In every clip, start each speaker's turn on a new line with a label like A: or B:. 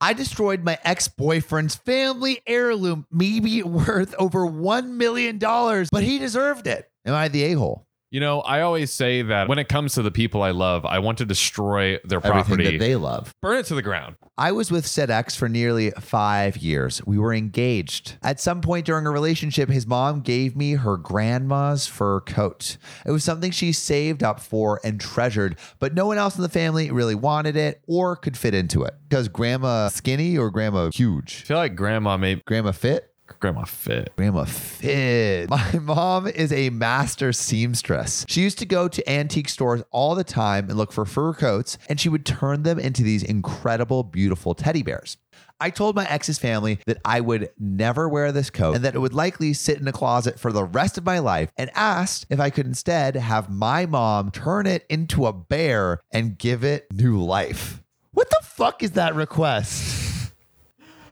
A: I destroyed my ex boyfriend's family heirloom, maybe worth over $1 million, but he deserved it. Am I the a hole?
B: You know, I always say that when it comes to the people I love, I want to destroy their
A: Everything
B: property,
A: that they love.
B: burn it to the ground.
A: I was with said ex for nearly five years. We were engaged. At some point during a relationship, his mom gave me her grandma's fur coat. It was something she saved up for and treasured, but no one else in the family really wanted it or could fit into it. Because grandma skinny or grandma
B: I
A: huge?
B: feel like grandma made
A: Grandma fit?
B: grandma fit.
A: Grandma fit. My mom is a master seamstress. She used to go to antique stores all the time and look for fur coats, and she would turn them into these incredible, beautiful teddy bears. I told my ex's family that I would never wear this coat and that it would likely sit in a closet for the rest of my life and asked if I could instead have my mom turn it into a bear and give it new life. What the fuck is that request?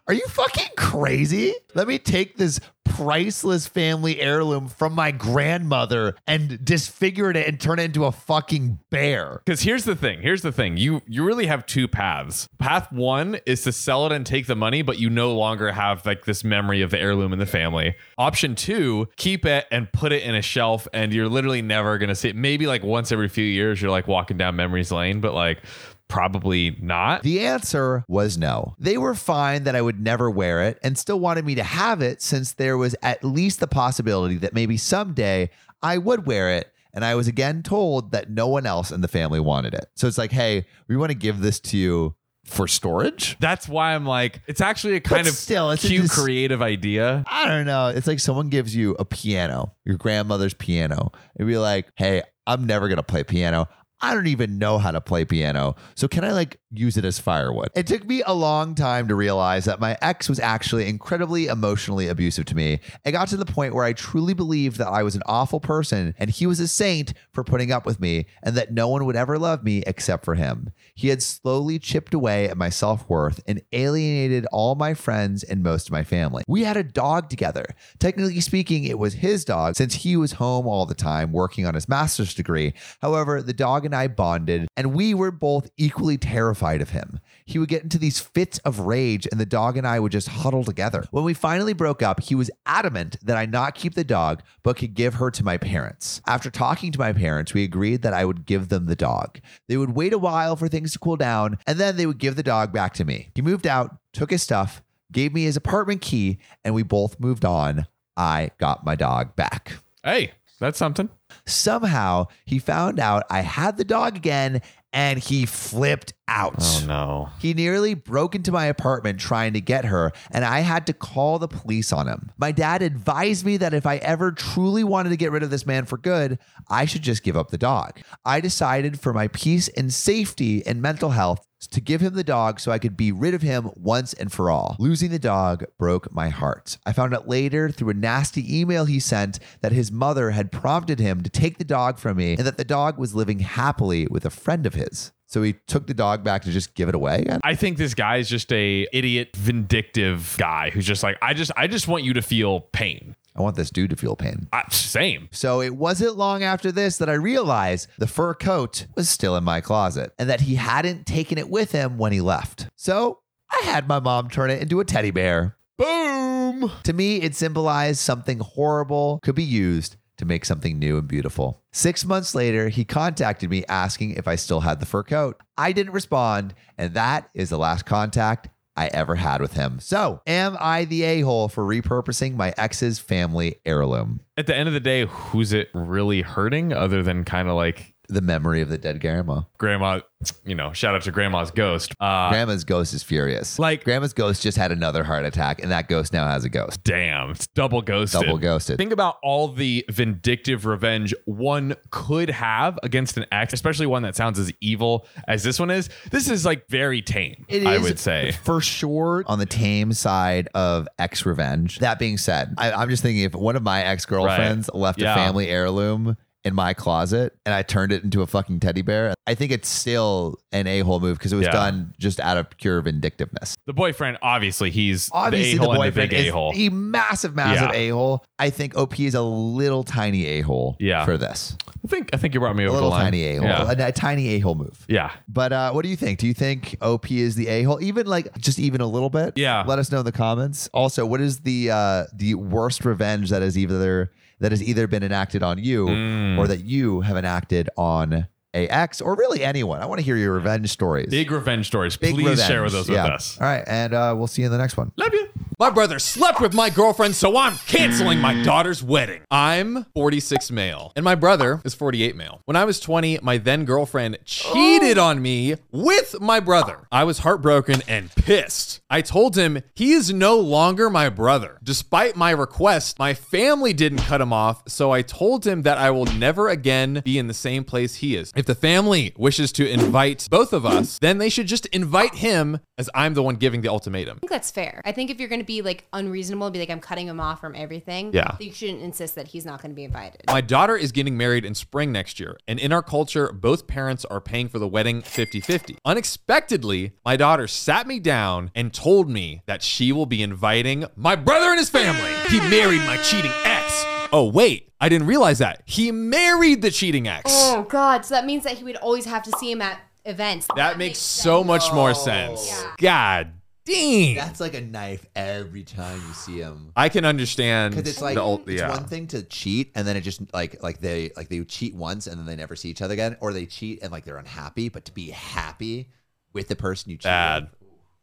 A: Are you fucking crazy? Let me take this priceless family heirloom from my grandmother and disfigure it and turn it into a fucking bear.
B: Because here's the thing. Here's the thing. You you really have two paths. Path one is to sell it and take the money, but you no longer have like this memory of the heirloom in the family. Option two, keep it and put it in a shelf, and you're literally never gonna see it. Maybe like once every few years, you're like walking down memories lane, but like probably not.
A: The answer was no. They were fine that I would never wear it and still wanted me to have it since there was at least the possibility that maybe someday I would wear it. And I was again told that no one else in the family wanted it. So it's like, hey, we want to give this to you for storage.
B: That's why I'm like, it's actually a kind
A: But
B: of
A: still, it's a
B: cute,
A: dis-
B: creative idea.
A: I don't know. It's like someone gives you a piano, your grandmother's piano, and be like, hey, I'm never going to play piano. I don't even know how to play piano. So can I like use it as firewood? It took me a long time to realize that my ex was actually incredibly emotionally abusive to me. It got to the point where I truly believed that I was an awful person and he was a saint for putting up with me and that no one would ever love me except for him. He had slowly chipped away at my self worth and alienated all my friends and most of my family. We had a dog together. Technically speaking, it was his dog since he was home all the time working on his master's degree. However, the dog and I bonded, and we were both equally terrified of him. He would get into these fits of rage, and the dog and I would just huddle together. When we finally broke up, he was adamant that I not keep the dog, but could give her to my parents. After talking to my parents, we agreed that I would give them the dog. They would wait a while for things to cool down, and then they would give the dog back to me. He moved out, took his stuff, gave me his apartment key, and we both moved on. I got my dog back.
B: Hey, that's something.
A: Somehow, he found out I had the dog again and he flipped out.
B: Oh, no.
A: He nearly broke into my apartment trying to get her, and I had to call the police on him. My dad advised me that if I ever truly wanted to get rid of this man for good, I should just give up the dog. I decided for my peace and safety and mental health to give him the dog so I could be rid of him once and for all. Losing the dog broke my heart. I found out later through a nasty email he sent that his mother had prompted him to take the dog from me and that the dog was living happily with a friend of his. So he took the dog back to just give it away again?
B: I think this guy is just a idiot, vindictive guy who's just like, I just, I just want you to feel pain.
A: I want this dude to feel pain.
B: I, same.
A: So it wasn't long after this that I realized the fur coat was still in my closet and that he hadn't taken it with him when he left. So I had my mom turn it into a teddy bear.
B: Boom.
A: To me, it symbolized something horrible could be used to make something new and beautiful. Six months later, he contacted me asking if I still had the fur coat. I didn't respond, and that is the last contact I ever had with him. So, am I the a hole for repurposing my ex's family heirloom?
B: At the end of the day, who's it really hurting other than kind of like
A: The memory of the dead grandma.
B: grandma, you know, shout out to grandma's ghost. Uh,
A: Grandma's ghost is furious.
B: like,
A: Grandma's ghost just had another heart attack, and that ghost now has a ghost.
B: damn, it's double ghosted.
A: Double ghosted.
B: Think about all the vindictive revenge one could have against an ex, especially one that sounds as evil as this one is. This is like very tame,
A: It
B: I
A: is
B: would say.
A: for sure on the tame side of ex revenge. That being said, I, I'm just thinking if one of my ex girlfriends left
B: Yeah.
A: a family heirloom in my closet and I turned it into a fucking teddy bear. I think it's still an a hole move because it was
C: Yeah.
A: done just out of pure vindictiveness.
C: The boyfriend, obviously, he's
A: Obviously,
C: the
A: the,
C: a-hole and
A: boyfriend
C: the big
A: is
C: a-hole.
A: a massive, massive
C: Yeah.
A: a hole. I think OP is a little tiny a hole
C: Yeah.
A: for this.
C: I think I think you brought me
A: A
C: over
A: little
C: the line.
A: tiny a hole.
C: Yeah.
A: A, a tiny a hole move.
C: yeah.
A: But uh, what do you think? Do you think OP is the a hole? Even like just even a little bit?
C: Yeah.
A: Let us know in the comments. Also, what is the uh, the worst revenge that has either that has either been enacted on you
C: Mm.
A: or that you have enacted on AX or really anyone? I want to hear your revenge stories.
C: Big revenge stories.
A: Big
C: Please
A: revenge.
C: share with those
A: Yeah.
C: with us.
A: All right, and uh, we'll see you in the next one.
C: Love you.
B: My brother slept with my girlfriend, so I'm canceling my daughter's wedding. I'm 46 male, and my brother is 48 male. When I was 20, my then girlfriend cheated on me with my brother. I was heartbroken and pissed. I told him he is no longer my brother. Despite my request, my family didn't cut him off, so I told him that I will never again be in the same place he is. If the family wishes to invite both of us, then they should just invite him, as I'm the one giving the ultimatum.
D: think that's fair. I think if you're going to be like unreasonable and be like, I'm cutting him off from everything,
B: Yeah.
D: you shouldn't insist that he's not going to be invited.
B: My daughter is getting married in spring next year, and in our culture, both parents are paying for the wedding 50 50. Unexpectedly, my daughter sat me down and told me that she will be inviting my brother and his family. He married my cheating ex. Oh, wait, I didn't realize that. He married the cheating ex.
D: Oh, God. So that means that he would always have to see him at events.
B: That makes so much more sense.
D: Yeah.
B: God dang.
A: That's like a knife every time you see him.
B: I can understand.
A: Because it's like
B: the ult-
A: it's
B: yeah.
A: one thing to cheat, and then it just like like they like they cheat once, and then they never see each other again, or they cheat and like they're unhappy. But to be happy with the person you cheated,
B: Bad.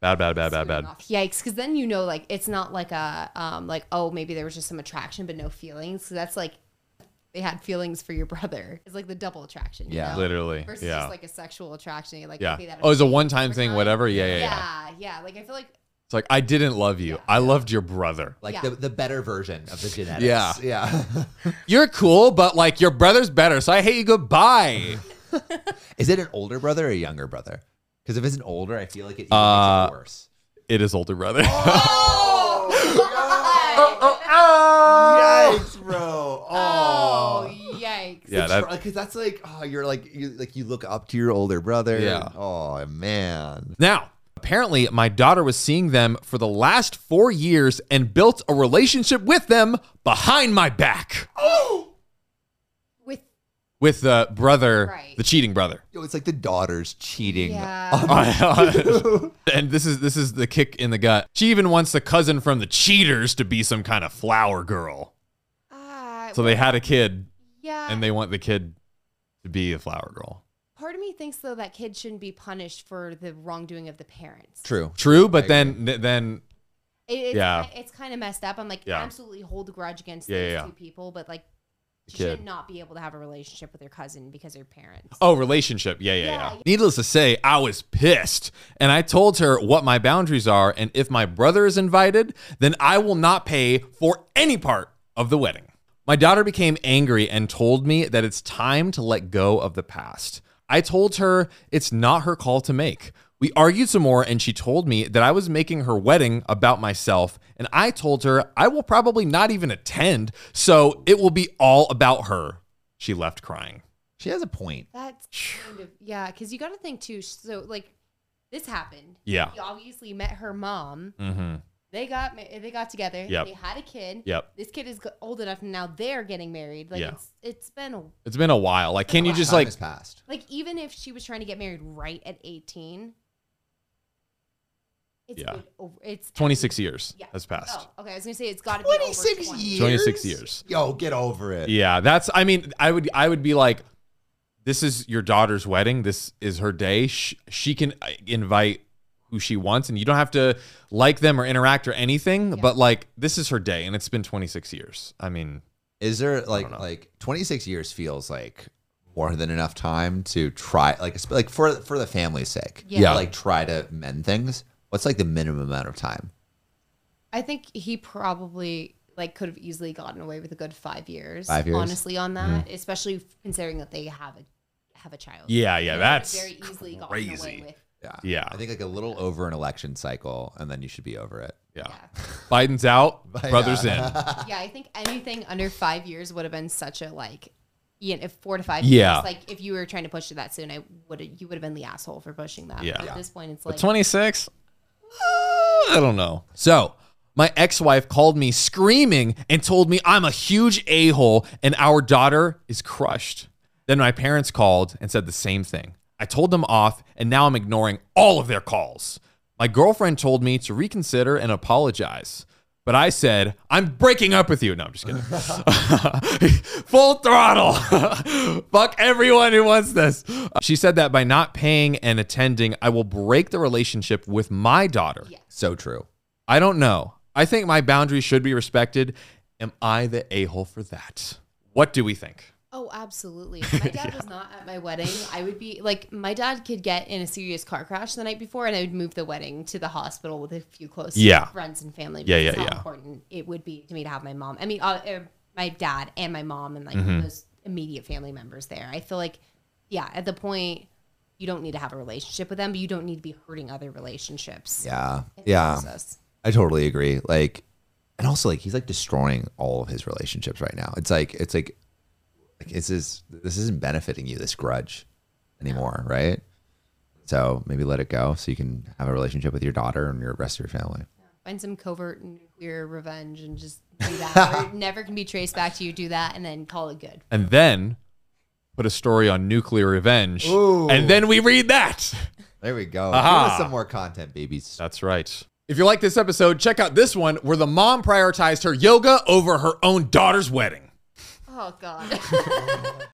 B: Bad, bad, bad, bad, bad.
D: Yikes. Because then you know, like, it's not like a, um, like, oh, maybe there was just some attraction, but no feelings. So that's like, they had feelings for your brother. It's like the double attraction. You
A: Yeah.
D: know?
B: Literally.
D: Versus
B: yeah.
D: just like a sexual attraction. You're Like,
B: yeah.
D: okay, that
B: Oh, it's a one time thing,
D: time.
B: whatever. yeah,
D: yeah,
B: yeah. yeah.
D: yeah, Like, I feel like
B: It's like I didn't love you. I loved your brother.
A: like
D: Yeah.
A: the, the better version of the genetics.
B: Yeah.
A: yeah.
B: You're cool, but like your brother's better, so I hate you goodbye.
A: Is it an older brother or a younger brother? Because if it's an older, I feel like it even
B: Uh, Oh,
A: makes it worse.
B: it is older brother.
A: Oh.
D: Oh
A: Yikes, bro!
D: Oh, yikes.
B: Yeah, that-
A: because that's like oh, you're like you like you look up to your older brother.
B: Yeah.
A: Oh man.
B: Now, apparently my daughter was seeing them for the last 4 years and built a relationship with them behind my back.
D: Oh! With
B: With the brother,
D: Right.
B: the cheating brother.
A: Yo, it's like the daughters cheating.
D: Yeah.
A: on
B: and this is this is the kick in the gut. She even wants the cousin from the cheaters to be some kind of flower girl.
D: Uh,
B: So they had a kid
D: yeah.
B: and they want the kid to be a flower girl.
D: part of me thinks though that kid shouldn't be punished for the wrongdoing of the parents.
A: True.
B: True, but then then
D: It, it's,
B: Yeah.
D: ki- it's kind of messed up. I'm like,
B: Yeah.
D: absolutely hold a grudge against
B: Yeah,
D: those
B: yeah, yeah.
D: two people, but like, you
B: Kid.
D: should not be able to have a relationship with your cousin because they're parents.
B: oh, relationship. Yeah, yeah, yeah,
D: Yeah,
B: Needless to say, I was pissed. And I told her what my boundaries are and if my brother is invited, then I will not pay for any part of the wedding. My daughter became angry and told me that it's time to let go of the past. I told her it's not her call to make. We argued some more, and she told me that I was making her wedding about myself, and I told her I will probably not even attend, so it will be all about her. She left crying.
A: She has a point.
D: That's kind of yeah, because you got to think too. So like, this happened.
B: Yeah.
D: He obviously met her mom.
B: Mm-hmm.
D: They got ma- they got together.
B: Yep.
D: They had a kid.
B: Yep.
D: This kid is g- old enough now. They're getting married. Like
B: Yeah.
D: it's it's been a
B: It's been a while. Like, can you just
A: Time
B: like?
A: has passed.
D: Like even if she was trying to get married right at 18, it's
B: Yeah.
D: been over, it's
B: 26 years
D: Yeah.
B: has passed.
D: Oh, okay. I was gonna say it's got to be over 20.
A: years.
B: 26 years.
A: Yo, get over
D: Oh.
A: it.
B: Yeah, that's. I mean, I would. I would be like, this is your daughter's wedding. This is her day. She, she can uh, invite who she wants, and you don't have to like them or interact or anything. But like, this is her day, and it's been 26 years. I mean,
A: Is there like
B: don't know.
A: like 26 years feels like more than enough time to try like it's- like for for the family's sake.
D: Yeah. Yeah.
A: Like try to mend things. What's like the minimum amount of time?
D: I think he probably like could have easily gotten away with a good five years.
A: Five years?
D: honestly, on
B: Mm-hmm.
D: that, especially considering that they have a have a child.
B: yeah, yeah,
D: They could have
B: that's
D: very easily gotten
B: crazy.
D: away with.
A: Yeah.
B: Yeah.
A: I think like a little over an election cycle and then you should be over it.
B: yeah.
D: Yeah.
B: Biden's out, brothers in.
D: yeah, I think anything under five years would have been such a like Ian, if four to five
B: Yeah.
D: years, like if you were trying to push it that soon, I would you would have been the asshole for pushing that.
B: Yeah.
D: But
B: Yeah.
D: at this point, it's
B: But
D: like
B: 26? Uh, I don't know. So, my ex wife called me screaming and told me I'm a huge a hole and our daughter is crushed. Then my parents called and said the same thing. I told them off and now I'm ignoring all of their calls. My girlfriend told me to reconsider and apologize. But I said, I'm breaking up with you. No, I'm just kidding. Full throttle. Fuck everyone who wants this. She said that by not paying and attending, I will break the relationship with my daughter.
D: Yeah.
B: So true. I don't know. I think my boundaries should be respected. Am I the a hole for that? What do we think?
D: Oh, absolutely. If my dad was not at my wedding, I would be like, my dad could get in a serious car crash the night before, and I would move the wedding to the hospital with a few close
B: Yeah.
D: friends and family.
B: Yeah,
D: because
B: yeah,
D: how
B: yeah.
D: important it would be to me to have my mom. I mean, uh, uh, my dad and my mom and like
B: Mm-hmm.
D: those immediate family members there. I feel like, yeah, at the point, you don't need to have a relationship with them, but you don't need to be hurting other relationships.
A: Yeah.
D: in the
A: Yeah.
D: process.
A: I totally agree. Like, and also like he's like destroying all of his relationships right now. It's like it's like, like this is this isn't benefiting you. This grudge anymore, right? So maybe let it go so you can have a relationship with your daughter and your rest of your family.
D: Find some covert nuclear revenge and just do that. Or it never can be traced back to you. Do that and then call it good.
B: And then put a story on nuclear revenge. And then we read that.
A: There we go.
B: Aha.
A: Give us some more content, babies.
B: That's right. If you like this episode, check out this one where the mom prioritized her yoga over her own daughter's wedding.
D: Oh God.